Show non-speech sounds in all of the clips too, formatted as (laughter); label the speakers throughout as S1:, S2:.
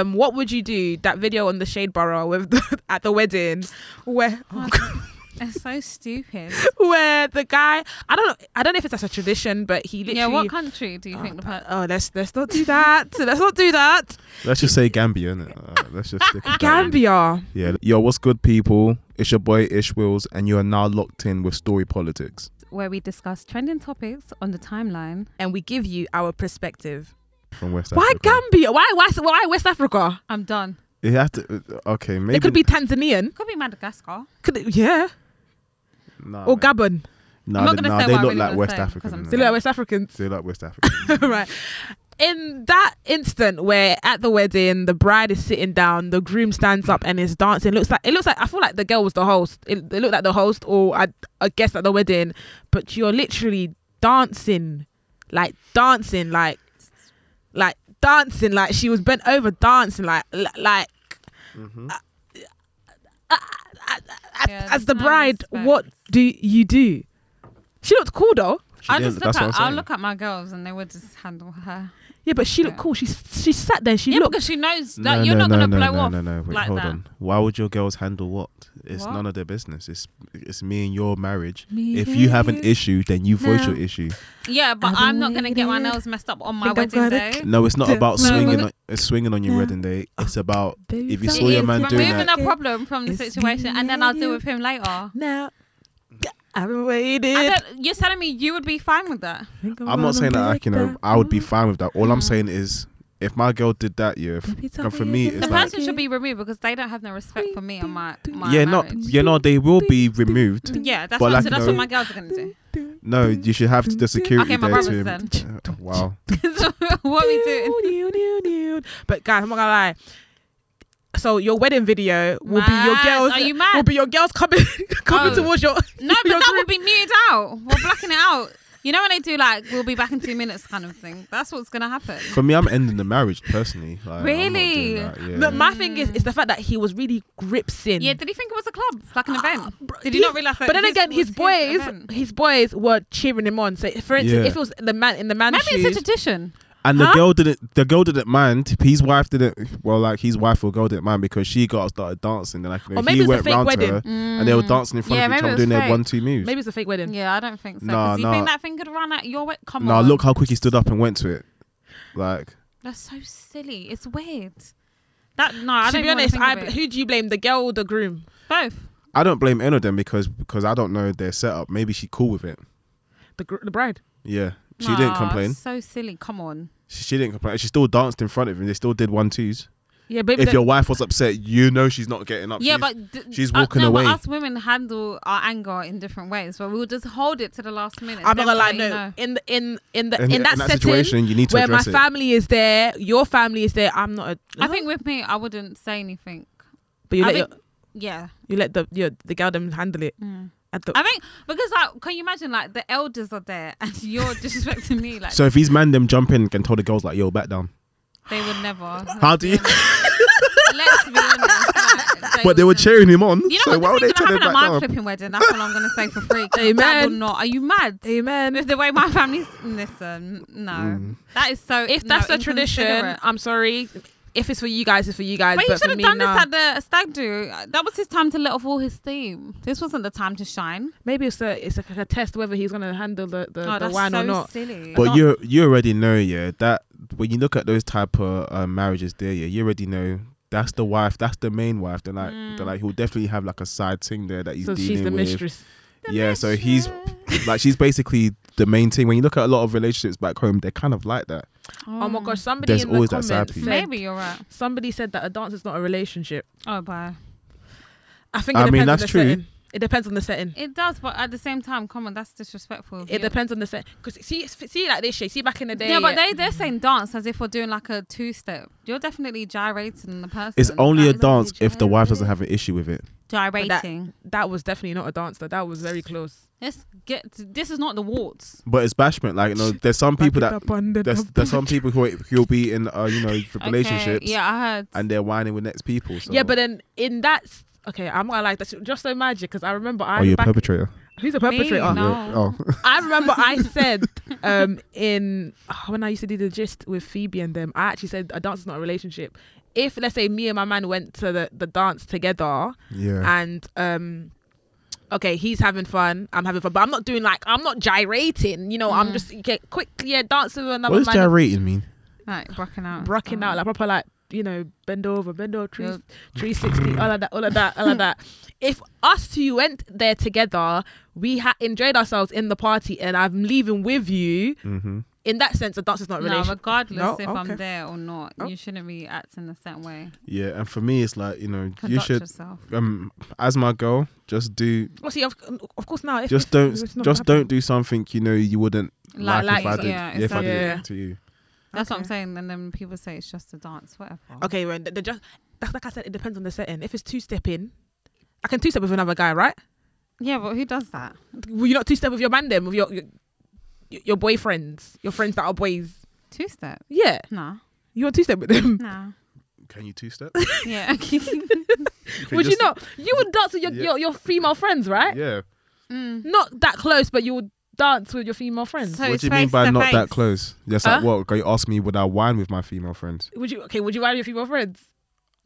S1: Um, what would you do? That video on the shade borough with (laughs) the, at the wedding,
S2: (laughs)
S1: where
S2: It's so stupid.
S1: (laughs) where the guy I don't know I don't know if it's as a tradition, but he literally
S2: yeah, what country do you think the
S1: oh,
S2: per-
S1: oh, let's let's not do that. (laughs) let's not do that.
S2: (laughs)
S3: Let's just say Gambia, innit? Uh, let's just stick with that.
S1: Gambia.
S3: Yeah. Yo, what's good, people? It's your boy Ish Wills, and you are now locked in with Story Politics.
S2: where we discuss trending topics on the timeline?
S1: And we give you our perspective.
S3: From West
S1: Why
S3: Africa.
S1: Gambia? Why why why West Africa?
S2: I'm done.
S3: It has to. uh, Okay, maybe
S1: It could be Tanzanian.
S2: Could be Madagascar.
S1: Could it, yeah.
S3: Nah,
S1: Or
S3: Oh, man.
S1: Gabon.
S3: Nah,
S2: I'm not
S3: they-
S2: gonna
S3: nah,
S2: say
S3: they
S2: what I
S3: look
S2: really
S3: like
S2: wanna
S3: West
S2: say, 'cause
S3: Africans.
S2: I'm
S3: innit?
S1: They look like West Africans.
S3: They look like
S2: (laughs)
S3: West Africa.
S1: right. In that instant where at the wedding the bride is sitting down, the groom stands up and is dancing. Looks like it looks like I feel like the girl was the host. It, it looked like the host or I I guess at the wedding, but you're literally dancing, like dancing, like like dancing, like she was bent over dancing, like li- like
S3: hmm
S1: as-
S2: Yeah,
S1: as the
S2: no
S1: bride.
S2: respect.
S1: What do you do? She looked cool though.
S2: I'll just look at. I'll look at my girls, and they would just handle her.
S1: Yeah, but she looked
S2: Yeah.
S1: cool. She she sat there. She
S2: yeah,
S1: looked.
S2: because she knows that you're not gonna blow
S3: no,
S2: off.
S3: No, no, wait,
S2: like
S3: hold
S2: that.
S3: on. Why would your girls handle what? It's
S2: What?
S3: none of their business. It's it's me and your marriage.
S2: Me
S3: if you have an
S2: and-
S3: issue, then you voice
S1: No.
S3: your issue.
S2: Yeah, but
S1: I
S2: I'm not gonna get my
S1: believe
S2: nails messed up on my
S1: Think I'm
S2: wedding
S1: gonna-
S2: day.
S3: No, it's not
S1: No,
S3: about
S2: no,
S3: swinging.
S2: no.
S3: On, it's swinging on your
S1: No.
S3: wedding day. It's about
S1: Baby,
S3: if you
S1: don't
S3: saw
S2: It
S3: your
S2: is
S3: man doing
S2: removing
S3: that.
S2: a problem from the
S1: It's
S2: situation, and then I'll deal
S1: you.
S2: with him later.
S1: Now, I've been waiting.
S2: I don't, you're telling me you would be fine with that?
S3: I'm not saying that like, you know I would be fine with that. All I'm
S2: Mhm.
S3: saying is if my girl did that, yeah, f- and for me
S2: The
S3: it's like
S2: person should be removed because they don't have no respect for me and my my
S3: yeah, not
S2: marriage.
S3: you know they will be removed.
S1: Mm.
S2: yeah, that's
S3: but
S2: what,
S3: like,
S2: so that's
S3: no.
S2: what my girls are gonna do. (laughs)
S3: No, you should have the security
S2: Okay, my
S3: there
S2: brother's
S3: to. uh,
S2: then.
S3: Wow.
S2: So what we doing?
S1: doing? But guys, I'm not gonna lie. So your wedding video will be your
S2: Mad.
S1: girls.
S2: Are you mad?
S1: Will be your girls coming (laughs) coming
S2: Oh.
S1: towards your.
S2: No, but
S1: your
S2: that
S1: group.
S2: would be muted out. We're blacking it out. You know when they do like we'll be back in two minutes kind of thing. That's what's gonna happen.
S3: For me, I'm ending the marriage personally. Like, I'm not doing
S2: Really?
S3: that, yeah.
S1: No, my thing is, is the fact that he was really gripsing.
S2: Mm. Yeah, did he think it was a club, like an event?
S1: Ah, bro,
S2: Did
S1: he-
S2: you not realize? that
S1: But then
S2: his
S1: again,
S2: was
S1: his boys,
S2: event?
S1: his boys were cheering him on. So, for instance,
S3: Yeah.
S1: if it was the man in the man's
S2: Maybe
S1: shoes,
S2: it's a tradition.
S3: And
S1: Huh?
S3: the girl didn't. The girl didn't mind. His wife didn't. Well, like his wife or girl didn't mind because she got up, started dancing. And like you know,
S1: Or maybe
S3: he
S1: it's a
S3: went
S1: fake
S3: round
S1: wedding.
S3: to her, and they were dancing in front
S2: Mm. Yeah,
S3: of each
S2: maybe
S3: other,
S2: it
S3: doing
S2: was
S3: their
S2: fake.
S3: one two moves.
S1: maybe it's a fake wedding.
S2: Yeah, I don't think so.
S3: Nah,
S2: 'cause you
S3: nah.
S2: think that thing could run at your way? Come
S3: Nah,
S2: on.
S3: look how quick he stood up and went to it. Like
S2: That's so silly. It's weird. That no, I
S1: to
S2: don't
S1: be
S2: even
S1: honest,
S2: wanna
S1: I,
S2: think of it.
S1: who do you blame, the girl or the groom?
S2: both.
S3: I don't blame any of them because because I don't know their setup. Maybe she cool with it.
S1: The gr- the bride.
S3: Yeah, she
S2: Nah,
S3: didn't complain.
S2: So silly. Come on.
S3: She, she didn't complain. She still danced in front of him. They still did one twos.
S1: Yeah, baby.
S3: If your wife was upset, you know she's not getting up.
S2: yeah,
S3: She's-
S2: but d-
S3: she's
S2: uh,
S3: walking
S2: no, but
S3: away.
S2: us women handle our anger in different ways, but we'll just hold it to the last minute.
S1: I'm not
S2: then
S1: gonna
S2: we'll
S1: lie,
S2: let you
S1: no.
S2: know.
S1: In the in in the
S3: in,
S1: in, that,
S3: in that
S1: setting
S3: situation, you need to
S1: where my
S3: address it.
S1: family is there, your family is there. I'm not. A,
S2: I think with me, I wouldn't say anything.
S1: but you
S2: I
S1: let
S2: think-
S1: your,
S2: Yeah,
S1: you let the your, the girl them handle it. At the,
S2: Mm. I think because like, can you imagine like the elders are there (laughs) and you're disrespecting me like
S3: So if these man them jump in and tell the girls like, "Yo, back down."
S2: they would never.
S3: (laughs) How do you?
S2: Let's be honest. like,
S3: (laughs) but they were
S2: would never.
S3: cheering him on.
S2: You
S3: so
S2: know
S3: why
S2: what?
S3: would
S2: This
S3: they
S2: is
S3: tell
S2: having
S3: him
S2: a
S3: back
S2: mind
S3: down?
S2: flipping wedding. That's all I'm gonna say for
S3: (laughs)
S2: free. 'cause That
S1: Amen.
S2: will not. Are you mad?
S1: amen.
S2: With the way my family's listen, no,
S3: Mm.
S2: that is so.
S1: If
S2: no,
S1: that's the tradition,
S2: inconsiderate.
S1: I'm sorry. If it's for you guys, it's for you guys.
S2: But
S1: But,
S2: he
S1: for
S2: should have
S1: me,
S2: done
S1: nah.
S2: this at the stag do. That was his time to let off all his steam. This wasn't the time to shine.
S1: Maybe it's a it's like a test whether he's gonna handle the the,
S2: oh,
S1: the
S2: that's
S1: wine
S2: so
S1: or not.
S2: silly.
S3: But you you already know, yeah, that when you look at those type of uh, marriages, there, yeah, you already know that's the wife, that's the main wife. Then like, then like he'll definitely have like a side thing there that he's
S1: Mm. So
S3: dealing
S1: she's the
S3: with.
S1: mistress.
S3: yeah, so he's like she's basically the main thing. When you look at a lot of relationships back home, they're kind of like that.
S1: Oh my gosh! Somebody
S3: There's
S1: in
S3: always
S1: the
S3: that
S1: comments
S3: side piece.
S1: said
S2: Maybe you're right.
S1: somebody said that a dance is not a relationship.
S2: Oh, bye.
S1: I think it
S3: I mean,
S1: depends on
S3: that's
S1: the
S3: true.
S1: setting. It depends on the setting.
S2: It does, but at the same time, come on, that's disrespectful. of
S1: It
S2: you.
S1: depends on the set. Because see, see like this shit. See back in the day.
S2: Yeah, but they they're saying dance as if we're doing like a two step. You're definitely gyrating the person.
S3: It's only a
S2: That is
S3: dance if the wife doesn't have an issue with it.
S2: gyrating.
S1: that was definitely not a dance. That that was very close.
S2: Let's get. This is not the waltz.
S3: But it's bashment. Like, you know, there's some people that there's, there's some people who who'll be in uh, you
S1: (laughs)
S3: know relationships
S2: Okay, yeah, I heard.
S3: and they're whining with next people. So.
S1: Yeah, but then in that s- okay, I'm gonna like that's just so magic because I remember I
S3: are you Oh, a
S1: back,
S3: perpetrator?
S1: who's a perpetrator.
S2: no.
S3: Yeah. Oh, (laughs)
S1: I remember
S2: (laughs)
S1: I said um in oh, when I used to do the gist with Phoebe and them, I actually said a dance is not a relationship. if let's say me and my man went to the, the dance together
S3: Yeah.
S1: and um okay he's having fun i'm having fun but i'm not doing like i'm not gyrating you know i'm
S2: Mm.
S1: just get quick yeah dance with another
S3: What does
S1: man
S3: gyrating mean?
S2: Like rocking out. and
S1: rocking
S2: stuff.
S1: out like proper like you know bend over bend over
S2: Yeah.
S1: 3 360 all of that all of that all of
S2: (laughs)
S1: that if us two went there together we had enjoyed ourselves in the party and i'm leaving with you
S3: Mm-hmm.
S1: in that sense a dance is not
S2: No,
S1: relationship
S2: regardless
S3: No,
S2: if
S3: okay.
S2: I'm there or not,
S3: Oh.
S2: you shouldn't be acting a certain way.
S3: Yeah, and for me, it's like you know,
S2: Conduct
S3: you should
S2: yourself.
S3: um, as my girl, just
S2: (laughs)
S3: do,
S1: well see of, of course now if,
S3: just
S1: if-
S3: don't,
S1: if it's not
S3: just
S1: happening-
S3: don't do something you know you wouldn't
S2: Like,
S3: like,
S2: like,
S3: if I did,
S2: yeah,
S3: if I
S1: exactly.
S3: did
S1: Yeah.
S3: it to you.
S2: That's what I'm
S1: Okay.
S2: saying. And then people say it's just a dance, whatever.
S1: okay when the, the just that's like i said it depends on the setting if it's two stepping i can two step with another guy right
S2: Yeah, but who does that?
S1: Will you not two step with your man then with your, your your boyfriends, your friends that are boys?
S2: Two step?
S1: Yeah,
S2: Nah,
S1: you want two step with
S2: (laughs)
S1: them.
S2: nah.
S3: Can you two
S2: (laughs)
S3: step? (laughs)
S2: Yeah.
S1: would you not? You would dance with your,
S3: Yeah.
S1: your your female friends, right?
S3: Yeah.
S2: Mm.
S1: Not that close, but you would dance with your female friends.
S2: So
S3: what
S2: it's
S3: do you mean
S2: face
S3: by
S2: to
S3: not that
S2: face.
S3: close? Yes,
S1: Huh?
S3: like what? Can you ask me would I wine with my female friends?
S1: would you? Okay, would you ride with your female friends?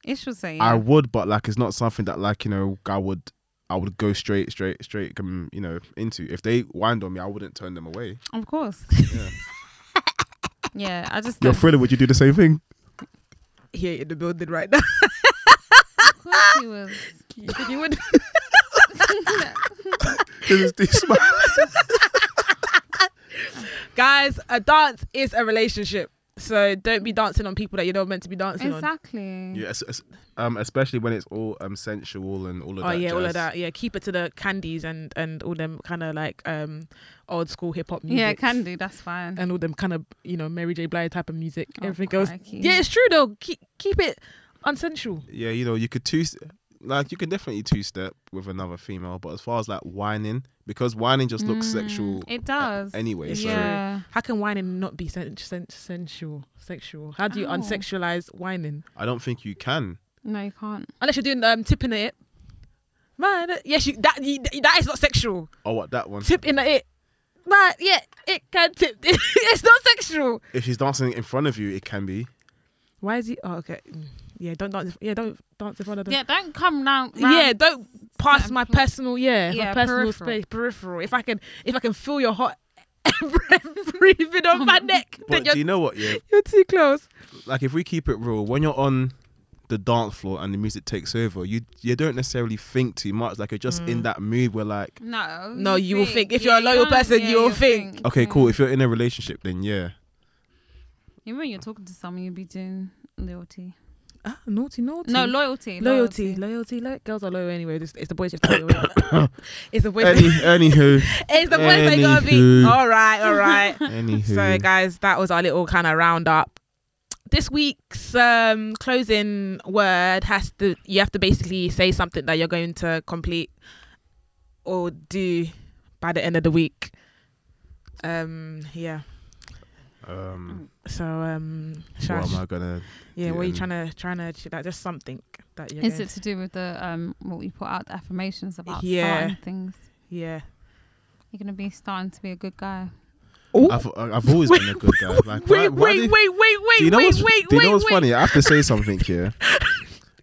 S2: Ish will say.
S3: I
S2: Yeah.
S3: would, but like it's not something that like you know I would. I would go straight, straight, straight, um, you know, into. If they whined on me, I wouldn't turn them away.
S2: of
S3: (laughs)
S2: course. (laughs)
S3: Yeah.
S2: yeah, I just.
S3: Your thriller, would you do the same (laughs) thing?
S1: Here in the building right now. (laughs)
S2: Of course he
S3: (laughs)
S2: was.
S1: you would.
S3: This this man.
S1: Guys, a dance is a relationship. So don't be dancing on people that you're not meant to be dancing on.
S2: (laughs) Exactly.
S3: Yeah, es- es- um, especially when it's all um sensual and all of
S1: Oh
S3: that.
S1: yeah, all
S3: jazz.
S1: of that. Yeah, keep it to the candies and and all them kind of like um old school hip hop music.
S2: Yeah, can do. That's fine.
S3: Uh,
S1: and all them kind of you know Mary J Blige type of music.
S2: Oh,
S1: Everything goes.
S2: crikey.
S1: Yeah, it's true though. Keep keep it unsensual.
S3: Yeah, you know, you could two, like you could definitely two step with another female, but as far as like whining, because whining just looks
S2: Mm,
S3: sexual uh,
S2: It does.
S3: anyway. So
S2: Yeah.
S1: How can whining not be sen- sen- sensual? Sexual? How do you
S2: Ow.
S1: unsexualize whining?
S3: I don't think you can.
S2: No, you can't.
S1: Unless you're doing um tipping it. Man, uh, yes, you that you, that is not sexual.
S3: Oh, what that one?
S1: Tip in the it. Man, yeah, it can tip. (laughs) it's not sexual.
S3: If she's dancing in front of you, it can be.
S1: Why is he? Oh, okay. Mm. Yeah, don't dance. Yeah, don't dance in front of them.
S2: Yeah, don't come now.
S1: yeah, don't pass
S2: certain
S1: my
S2: pla-
S1: personal yeah, my
S2: Yeah,
S1: personal
S2: peripheral.
S1: space peripheral. If I can if I can feel your hot (laughs) breath breathing on Oh my neck, then
S3: But
S1: you're,
S3: do you know what? Yeah,
S1: you're too close.
S3: like if we keep it real, when you're on the dance floor and the music takes over, you you don't necessarily think too much. Like you're just
S1: Mm.
S3: in that mood where like,
S2: No.
S1: No, you will think. If you're a loyal
S2: don't-
S1: person, you will
S2: you'll
S1: think.
S3: okay,
S2: yeah.
S3: cool. If you're in a relationship, then yeah,
S2: Even when you're talking to someone, you'll be doing loyalty.
S1: Ah, naughty, naughty.
S2: No, loyalty.
S1: loyalty, loyalty. Lo- girls are loyal anyway. Just, it's the boys you have to be loyal. (coughs) it's the boys.
S3: Any,
S1: (laughs)
S3: anywho,
S1: it's the boys they gotta be.
S3: Anywho.
S1: All right, all (laughs) right.
S3: anywho.
S1: So guys, that was our little kind of roundup. This week's um, closing word has to you have to basically say something that you're going to complete or do by the end of the week. Um yeah.
S3: um,
S1: So um
S3: what
S1: Shash,
S3: am I gonna?
S1: yeah, what are you
S3: doing?
S1: trying to trying to achieve? Like just something that you're
S2: Is
S1: going
S2: it to do with the um what we put out the affirmations about
S1: Yeah.
S2: starting things?
S1: Yeah.
S2: You're gonna be starting to be a good guy.
S3: I've, I've always been a good guy. Like, why,
S1: wait,
S3: why
S1: wait, wait,
S3: do-
S1: wait, wait,
S3: do you know
S1: wait,
S3: what's,
S1: wait,
S3: do you know
S1: wait,
S3: what's
S1: wait.
S3: funny? I have to say something here. I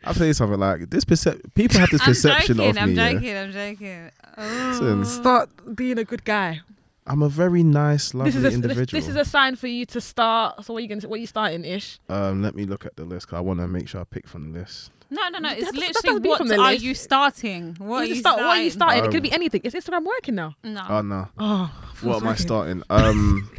S3: have to say something like this. Percep-
S1: (laughs)
S3: people have this
S2: I'm
S3: perception
S2: joking.
S3: of me.
S2: I'm
S3: yeah.
S2: joking. I'm joking.
S3: Listen,
S2: Oh.
S1: Start being a good guy.
S3: I'm a very nice, lovely
S1: This is a
S3: individual.
S1: this, this is a sign for you to start. So what are you going to what are you starting ish?
S3: um, let me look at the list 'cause I want to make sure I pick from the list.
S2: No, no, no. It's
S1: That- that
S2: literally
S1: doesn't be
S2: what
S1: from the
S2: are
S1: list.
S2: you starting? What are
S1: you
S2: you
S1: start,
S2: starting?
S1: what are you starting? it
S3: Um,
S1: could be anything. Is Instagram working now?
S2: No.
S3: Oh no,
S1: Oh,
S3: what am I starting? Um,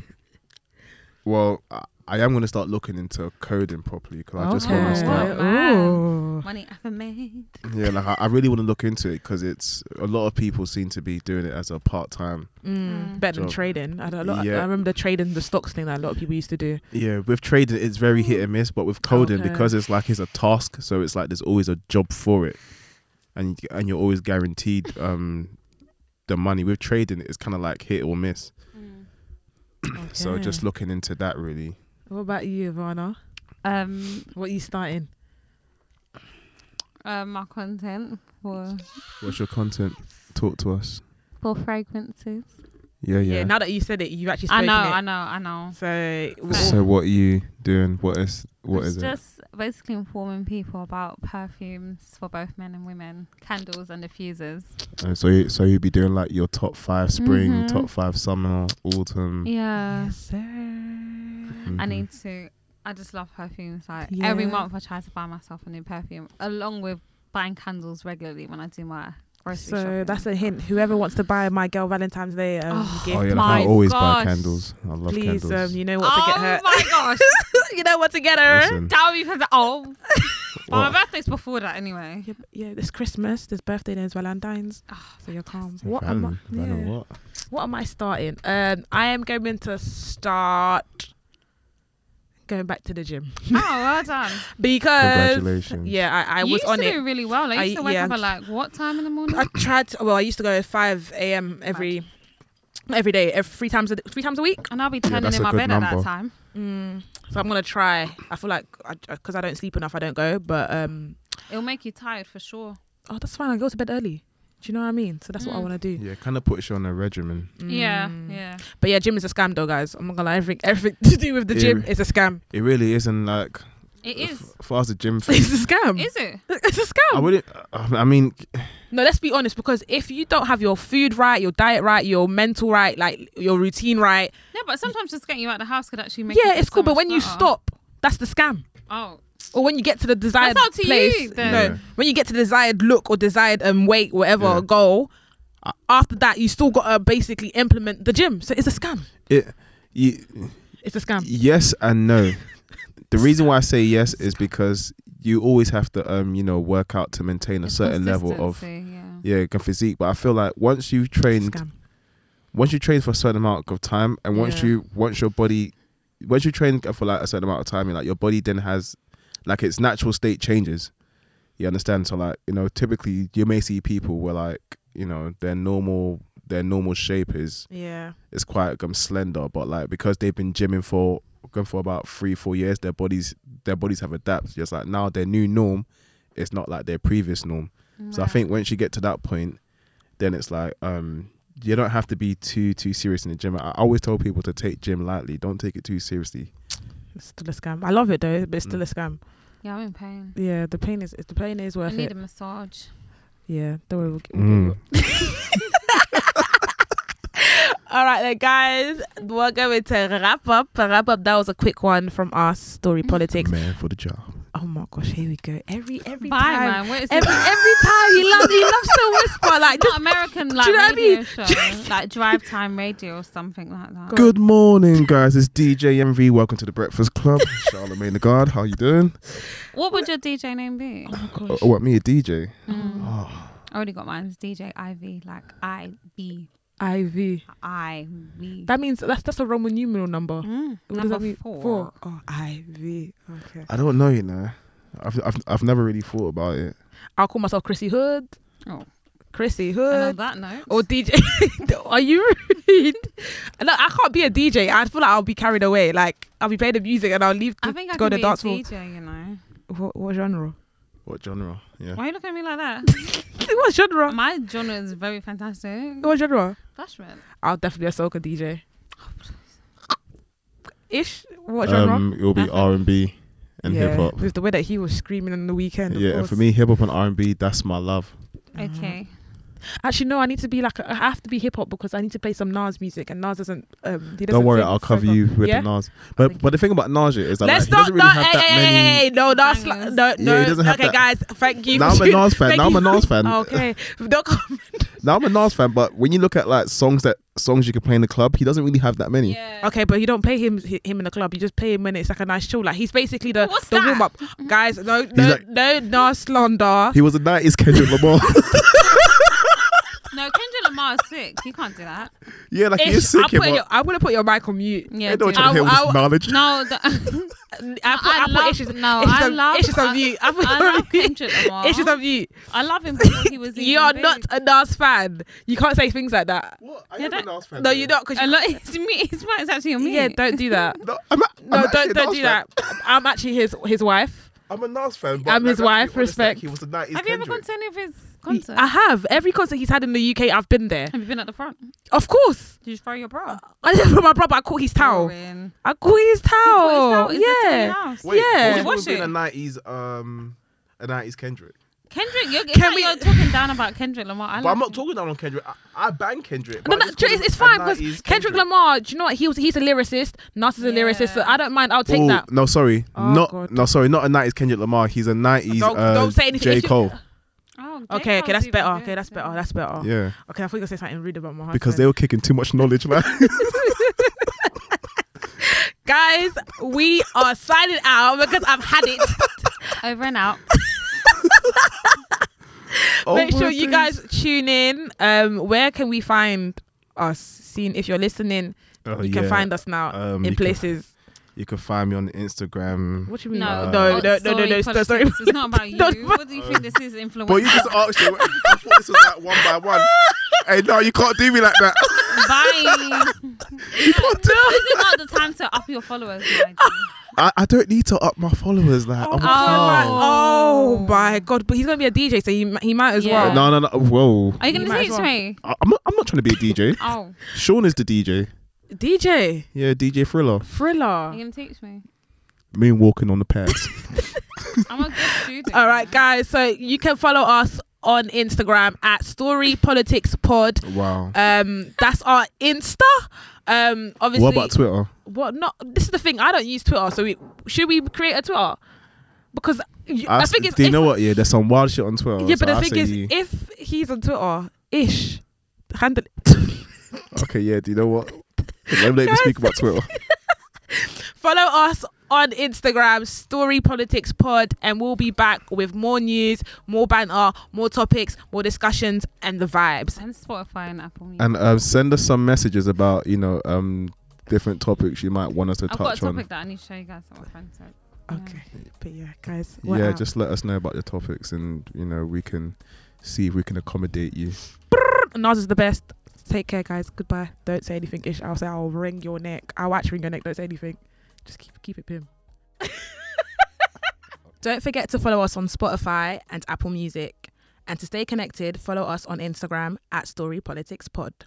S3: (laughs) well, I, I am going to start looking into coding properly because I just want
S2: Okay.
S3: to start.
S2: Oh, Wow.
S1: Ooh.
S2: Money ever made.
S3: Yeah, like I, I really want to look into it because it's a lot of people seem to be doing it as a part-time
S1: Mm,
S2: Mm.
S1: better than
S3: Job.
S1: trading. I, don't, a lot,
S3: Yeah.
S1: I remember the trading the stocks thing that a lot of people used to do.
S3: Yeah, with trading it's very hit and miss, but with coding
S1: Okay.
S3: because it's like it's a task, so it's like there's always a job for it, and and you're always guaranteed um the money. With trading, it's kind of like hit or miss. (coughs)
S1: Mm.
S3: So
S1: Okay.
S3: just looking into that really.
S1: What about you, Ivana?
S2: Um,
S1: What are you starting?
S2: uh, my content for
S3: What's your content? Talk to us.
S2: for fragrances.
S3: Yeah,
S1: Yeah.
S3: yeah.
S1: Now that you said it, you've actually
S2: I
S1: spoken
S2: know,
S1: it.
S2: I know, I know.
S1: So,
S2: know.
S3: so what are you doing? What is what
S2: it's
S3: is it?
S2: just basically informing people about perfumes for both men and women, candles and diffusers.
S3: Uh, so you, so you'd be doing like your top five spring,
S1: Mm-hmm.
S2: Mhm.
S3: top five summer, autumn.
S2: Yeah.
S1: Yes, sir.
S2: I
S1: Mm.
S3: Mhm.
S2: need to. I just love perfumes. Like
S1: Yeah.
S2: every month, I try to buy myself a new perfume, along with buying candles regularly when I do my grocery shopping.
S1: So that's a hint. Whoever wants to buy my girl Valentine's Day um,
S2: Oh,
S1: gift,
S3: Oh yeah, like,
S2: My
S3: I always buy
S2: gosh.
S3: candles. I love
S1: please, um,
S3: candles.
S1: you know what to
S2: Oh
S1: get her.
S2: my gosh!
S1: (laughs) you know what to get her.
S3: Listen,
S2: Tell me because
S1: (laughs)
S2: oh, well,
S3: what-
S2: my birthday's before that anyway.
S1: Yeah, yeah, there's Christmas, there's birthday, there's Valentine's.
S2: Oh,
S1: So you're calm. What am I?
S3: Valen- Valen
S1: yeah.
S3: what?
S1: Ah, What am I starting? Um, I am going to start going back to the gym
S2: oh, well done.
S1: because
S3: Congratulations.
S1: yeah, (laughs) I, I
S2: you
S1: was
S2: used
S1: on
S2: to
S1: it.
S2: do really well. Like,
S1: I-
S2: I used to wake
S1: yeah.
S2: up at like what time in the morning?
S1: I tried. To, well, I used to go at five a.m. every every day, every, three times a, three times a week.
S2: and I'll be
S3: Yeah,
S2: turning
S3: that's
S2: in
S3: a
S2: my
S3: good
S2: bed at
S3: number.
S2: that time.
S1: Mm, so I'm gonna try. I feel like because I, don't sleep enough, I don't go. But um,
S2: It'll make you tired for sure.
S1: oh, that's fine. I go to bed early. Do you know what I mean? So that's what I
S2: Mm.
S1: want to do.
S3: Yeah, kind of puts you on a regimen.
S2: Yeah,
S1: Mm.
S2: yeah.
S1: But yeah, gym is a scam, though, guys. I'm not gonna lie. Everything, everything (laughs) to do with the gym
S3: Yeah.
S1: is a scam. (laughs)
S3: It really isn't like
S2: It
S3: f-
S2: is.
S3: for us
S2: (laughs)
S3: a gym thing.
S1: It's a scam.
S2: Is it?
S1: It's a
S3: I
S1: scam.
S3: wouldn't. I mean,
S1: No, let's be honest. Because if you don't have your food right, your diet right, your mental right, like your routine right,
S2: No, but sometimes just getting you out of the house could actually make. you
S1: yeah,
S2: feel
S1: it's
S2: so
S1: cool. But
S2: much
S1: when you
S2: better.
S1: stop, that's the scam.
S2: oh,
S1: Or when you get to the desired
S2: That's up to you
S1: place,
S2: then.
S1: no,
S3: Yeah.
S1: when you get to the desired look or desired um weight, whatever
S3: Yeah.
S1: goal. a- After that, you still gotta basically implement the gym. So it's a scam.
S3: it. You,
S1: It's a scam.
S3: yes
S2: (laughs)
S3: and no. the reason why I say yes is because you always have to, um, you know, work out to maintain a
S2: it's
S3: certain level of
S2: consistency, yeah.
S3: yeah good physique. But I feel like once you've
S1: It's a
S3: trained,
S1: scam.
S3: once you train for a certain amount of time, and once
S1: Yeah.
S3: you once your body, once you train for like a certain amount of time, and like your body then has, like its natural state changes. You understand? So like you know, typically you may see people where like you know their normal their normal shape is
S1: Yeah.
S3: it's quite um, slender, but like because they've been gymming for going for about three, four years, their bodies their bodies have adapted. Just like now their new norm, it's not like their previous norm. So I
S2: Right.
S3: think once you get to that point, then it's like um you don't have to be too too serious in the gym. I I always tell people to take gym lightly. Don't take it too seriously.
S1: It's still a scam. I love it though, but it's still a scam.
S2: yeah, I'm in pain.
S1: Yeah, the pain is the pain is
S2: I
S1: worth
S2: need
S1: it.
S2: a massage.
S1: Yeah, don't worry. We'll get, we'll
S3: Mm.
S1: All right, then, guys, we're going to uh, wrap up. Wrap up. That was a quick one from us. Story politics.
S3: Man for the job.
S1: Oh my gosh, here we go. Every every
S2: Bye,
S1: time,
S2: man. What is
S1: every
S2: this?
S1: every time he loves he loves to whisper like
S2: Not
S1: just oh (laughs)
S2: American
S1: do
S2: like
S1: you know what I
S2: radio
S1: mean? (laughs)
S2: show, like drive time radio or something like that.
S3: Good morning, guys. It's DJ MV. Welcome to the Breakfast (laughs) Club. Charlemagne the God. How you doing?
S2: What would your DJ name be?
S3: Oh, oh, what me a DJ?
S2: Mm.
S3: Oh,
S2: I already got mine. It's DJ IV, like I V
S1: IV.
S2: I V.
S1: That means that's that's a Roman numeral number.
S2: Mm.
S1: What does
S2: Number
S1: that mean?
S2: four.
S1: Oh, IV. Okay.
S3: I don't know. You know, I've I've I've never really thought about it.
S1: I'll call myself Chrissy Hood.
S2: Oh.
S1: Chrissy
S2: And on
S1: Hood.
S2: that note,
S1: Or DJ, (laughs) are you rude? No, I can't be a DJ. I feel like I'll be carried away. Like I'll be playing the music and I'll leave
S2: I
S1: to
S2: think I
S1: go
S2: could
S1: to
S2: be a
S1: dance floor.
S2: DJ. You know,
S1: What, what genre? (laughs)
S3: What genre? Yeah.
S2: why are you looking at me like that?
S1: what genre?
S2: My genre is very fantastic.
S1: What genre?
S2: Flashman.
S1: I'll definitely be a soca DJ. Ish. What genre?
S3: Um, it'll be
S2: Afro.
S3: R and B and
S1: yeah,
S3: hip hop.
S1: With the way that he was screaming on the weekend. of
S3: Yeah, and
S1: course.
S3: for me, hip hop and R and B, that's my love.
S2: Okay.
S1: Ah. Actually, no. I need to be like I have to be hip hop because I need to play some Nas music, and Nas doesn't. Um, he doesn't
S3: Don't worry,
S1: sing
S3: I'll cover
S1: soca.
S3: you with
S1: Yeah?
S3: the Nas.
S1: you.
S3: But but the thing about Nas yeah, is that
S1: Let's
S3: like, he
S1: not.
S3: doesn't really
S1: no,
S3: have
S1: hey,
S3: that
S1: hey, hey,
S3: many.
S1: hey, no, that's like,
S2: Bangers.
S1: no, no.
S3: Yeah, he doesn't have
S1: okay,
S3: that-
S1: guys, thank you.
S3: Now
S1: for
S3: I'm
S1: (laughs)
S3: a
S1: you-
S3: Nas fan.
S1: thank
S3: Now I'm
S1: you
S3: a Nas
S1: for-
S3: fan.
S1: Okay, don't come.
S3: Now I'm a Nas fan, but when you look at like songs that songs you can play in the club, he doesn't really have that many.
S2: Yeah.
S1: Okay, but you don't play him hi- him in the club. You just play him when it's like a nice show. Like he's basically the
S2: What's
S1: the
S2: that?
S1: warm up, guys. No, no,
S3: like-
S1: no, Nas slander.
S3: He was a '90s Kendrick Lamar.
S2: No, Kendrick Lamar's sick. You can't do that.
S3: (laughs) yeah, like he
S1: Ish,
S3: is sick.
S1: I'm,
S3: yeah,
S1: putting your,
S3: but
S1: I'm gonna put your mic on mute.
S2: Yeah.
S3: I don't want
S2: do
S3: you
S1: I'll-
S3: to hear all this
S1: I'll-
S3: knowledge.
S2: it. no,
S1: (laughs)
S2: the,
S1: I put, I,
S2: I
S1: put
S2: love-
S1: issues.
S2: no,
S1: issues
S2: I
S1: on,
S2: love-
S1: issues on
S2: I-
S1: you. I put
S2: I
S1: your-
S2: love
S1: (laughs)
S2: Kendrick Lamar.
S1: Issues on you.
S2: I love him before
S1: (laughs)
S2: he was.
S1: You
S2: even
S1: are
S2: big.
S1: not a Nas fan. You can't say things like that.
S3: What? I
S2: Yeah, am a that-
S3: Nas fan.
S1: No, you're not. Cause
S2: A
S1: you,
S2: lot. (laughs) It's me. It's mine. It's actually on me.
S1: yeah, don't do that.
S3: No, I'm
S1: No, don't don't do that. I'm actually his his wife.
S3: I'm a Nas fan.
S1: I'm his
S3: let's
S1: wife,
S3: be honest, like,
S1: respect.
S3: He was the 90s
S2: Have you ever gone
S3: Kendrick.
S2: to any of his concerts?
S1: I have every concert he's had in the UK. I've been there.
S2: Have you been at the front? Did
S1: Of course,
S2: you just throw your bra?
S1: I did for my brother. I caught his Uh, towel.
S2: Boring.
S1: I caught his
S2: Oh,
S1: towel.
S2: is this in your
S1: Yeah.
S2: house?
S3: Wait,
S1: Yeah.
S3: yeah.
S2: Watch
S3: What's been
S2: it.
S3: a 90s um a 90s Kendrick?
S2: Kendrick, you're, it's
S1: Can
S2: like
S1: we-
S2: you're talking down about Kendrick Lamar. I
S3: But
S2: like
S3: I'm not
S2: him.
S3: talking down on Kendrick. I, I bang Kendrick.
S1: No,
S3: but I
S1: no, it's,
S3: just call him
S1: it's
S3: a
S1: fine because
S3: 90s
S1: Kendrick, Lamar. Do you know what? He was he's a lyricist. Nas is a
S2: Yeah.
S1: lyricist. So I don't mind. I'll take
S3: Oh,
S1: that.
S3: No, sorry,
S1: Oh,
S3: not
S1: God.
S3: no, sorry, not a 90s Kendrick Lamar. He's a 90s
S1: Don't-
S3: uh,
S1: don't say anything.
S3: J
S1: (laughs) If you-
S3: Cole.
S2: Oh, J.
S1: Okay, okay,
S2: Cole's
S1: that's
S2: even
S1: better.
S2: good,
S1: Okay, that's
S2: yeah.
S1: better. That's better.
S3: Yeah,
S1: Oh, Okay, I thought you were gonna say something rude about my husband.
S3: because they were kicking too much
S1: (laughs)
S3: knowledge, man.
S1: guys, we are signing out because I've had it.
S2: Over and out.
S1: Make
S3: Oh,
S1: sure
S3: my
S1: you
S3: days.
S1: guys tune in. Um, where can we find us? Seen if you're listening,
S3: Oh,
S1: you can
S3: yeah.
S1: find us now
S3: Um,
S1: in
S3: you can- (laughs)
S1: places.
S3: You can find me on
S1: (laughs)
S3: Instagram.
S1: What do you mean?
S2: No,
S1: no, no,
S2: not
S1: no, no,
S2: story
S1: no, no.
S2: politics.
S1: Sorry.
S2: It's not
S1: (laughs)
S2: about you.
S1: Don't-
S2: what do you think this is? Influencer.
S3: But you just asked it. I thought this was like one by one. hey, no, you can't do me like that.
S2: Bye. (laughs)
S1: (laughs)
S2: this is not the time to up your followers. my G.
S3: I, I don't need to up my followers. Like, I'm a
S1: my,
S3: clown.
S1: oh my god! But he's gonna be a DJ, so he m- he might as
S2: Yeah.
S1: well.
S2: No.
S3: No, no, no. Whoa.
S2: Are you
S1: You
S2: going to
S1: might as
S2: teach
S1: well.
S2: me?
S3: I, I'm, not, I'm not trying to be a DJ.
S2: Oh,
S3: Sean is the DJ.
S1: DJ
S3: Yeah, DJ Thriller.
S2: are
S1: Thriller.
S2: you going to teach me?
S3: Me walking on the pads.
S1: (laughs)
S2: I'm a good student.
S1: All right, guys. So you can follow us on Instagram at Story Politics Pod.
S3: wow.
S1: Um, that's our Insta. Um, obviously,
S3: What about Twitter?
S1: what not? This is the thing. I don't use Twitter, so we should we create a Twitter? Because you, I,
S3: I s-
S1: think it's
S3: do you
S1: if-
S3: know what? Yeah, there's some wild shit on Twitter.
S1: yeah, but
S3: Oh, so
S1: the
S3: I
S1: thing
S3: say
S1: is,
S3: you-
S1: if he's on Twitter, ish, handle it. (laughs)
S3: okay, yeah. Do you know what? Let me let me speak about Twitter.
S1: Follow us on Instagram, Story Politics Pod, and we'll be back with more news, more banter, more topics, more discussions, and the vibes.
S2: And Spotify and Apple Music.
S3: And um, send us some messages about you know um different topics you might want us to
S2: I've got a
S3: touch
S2: topic
S3: on.
S2: that I need to show you guys at my friend's house.
S1: Okay, but yeah, guys, we're
S3: Yeah,
S1: out.
S3: just let us know about your topics, and you know we can see if we can accommodate you.
S1: Nas is the best. Take care, guys. Goodbye. Don't say anything, Ish. I'll say I'll wring your neck. I'll actually wring your neck. Don't say anything. Just keep keep it pim. (laughs) Don't forget to follow us on Spotify and Apple Music. And to stay connected, follow us on Instagram at Story Politics Pod.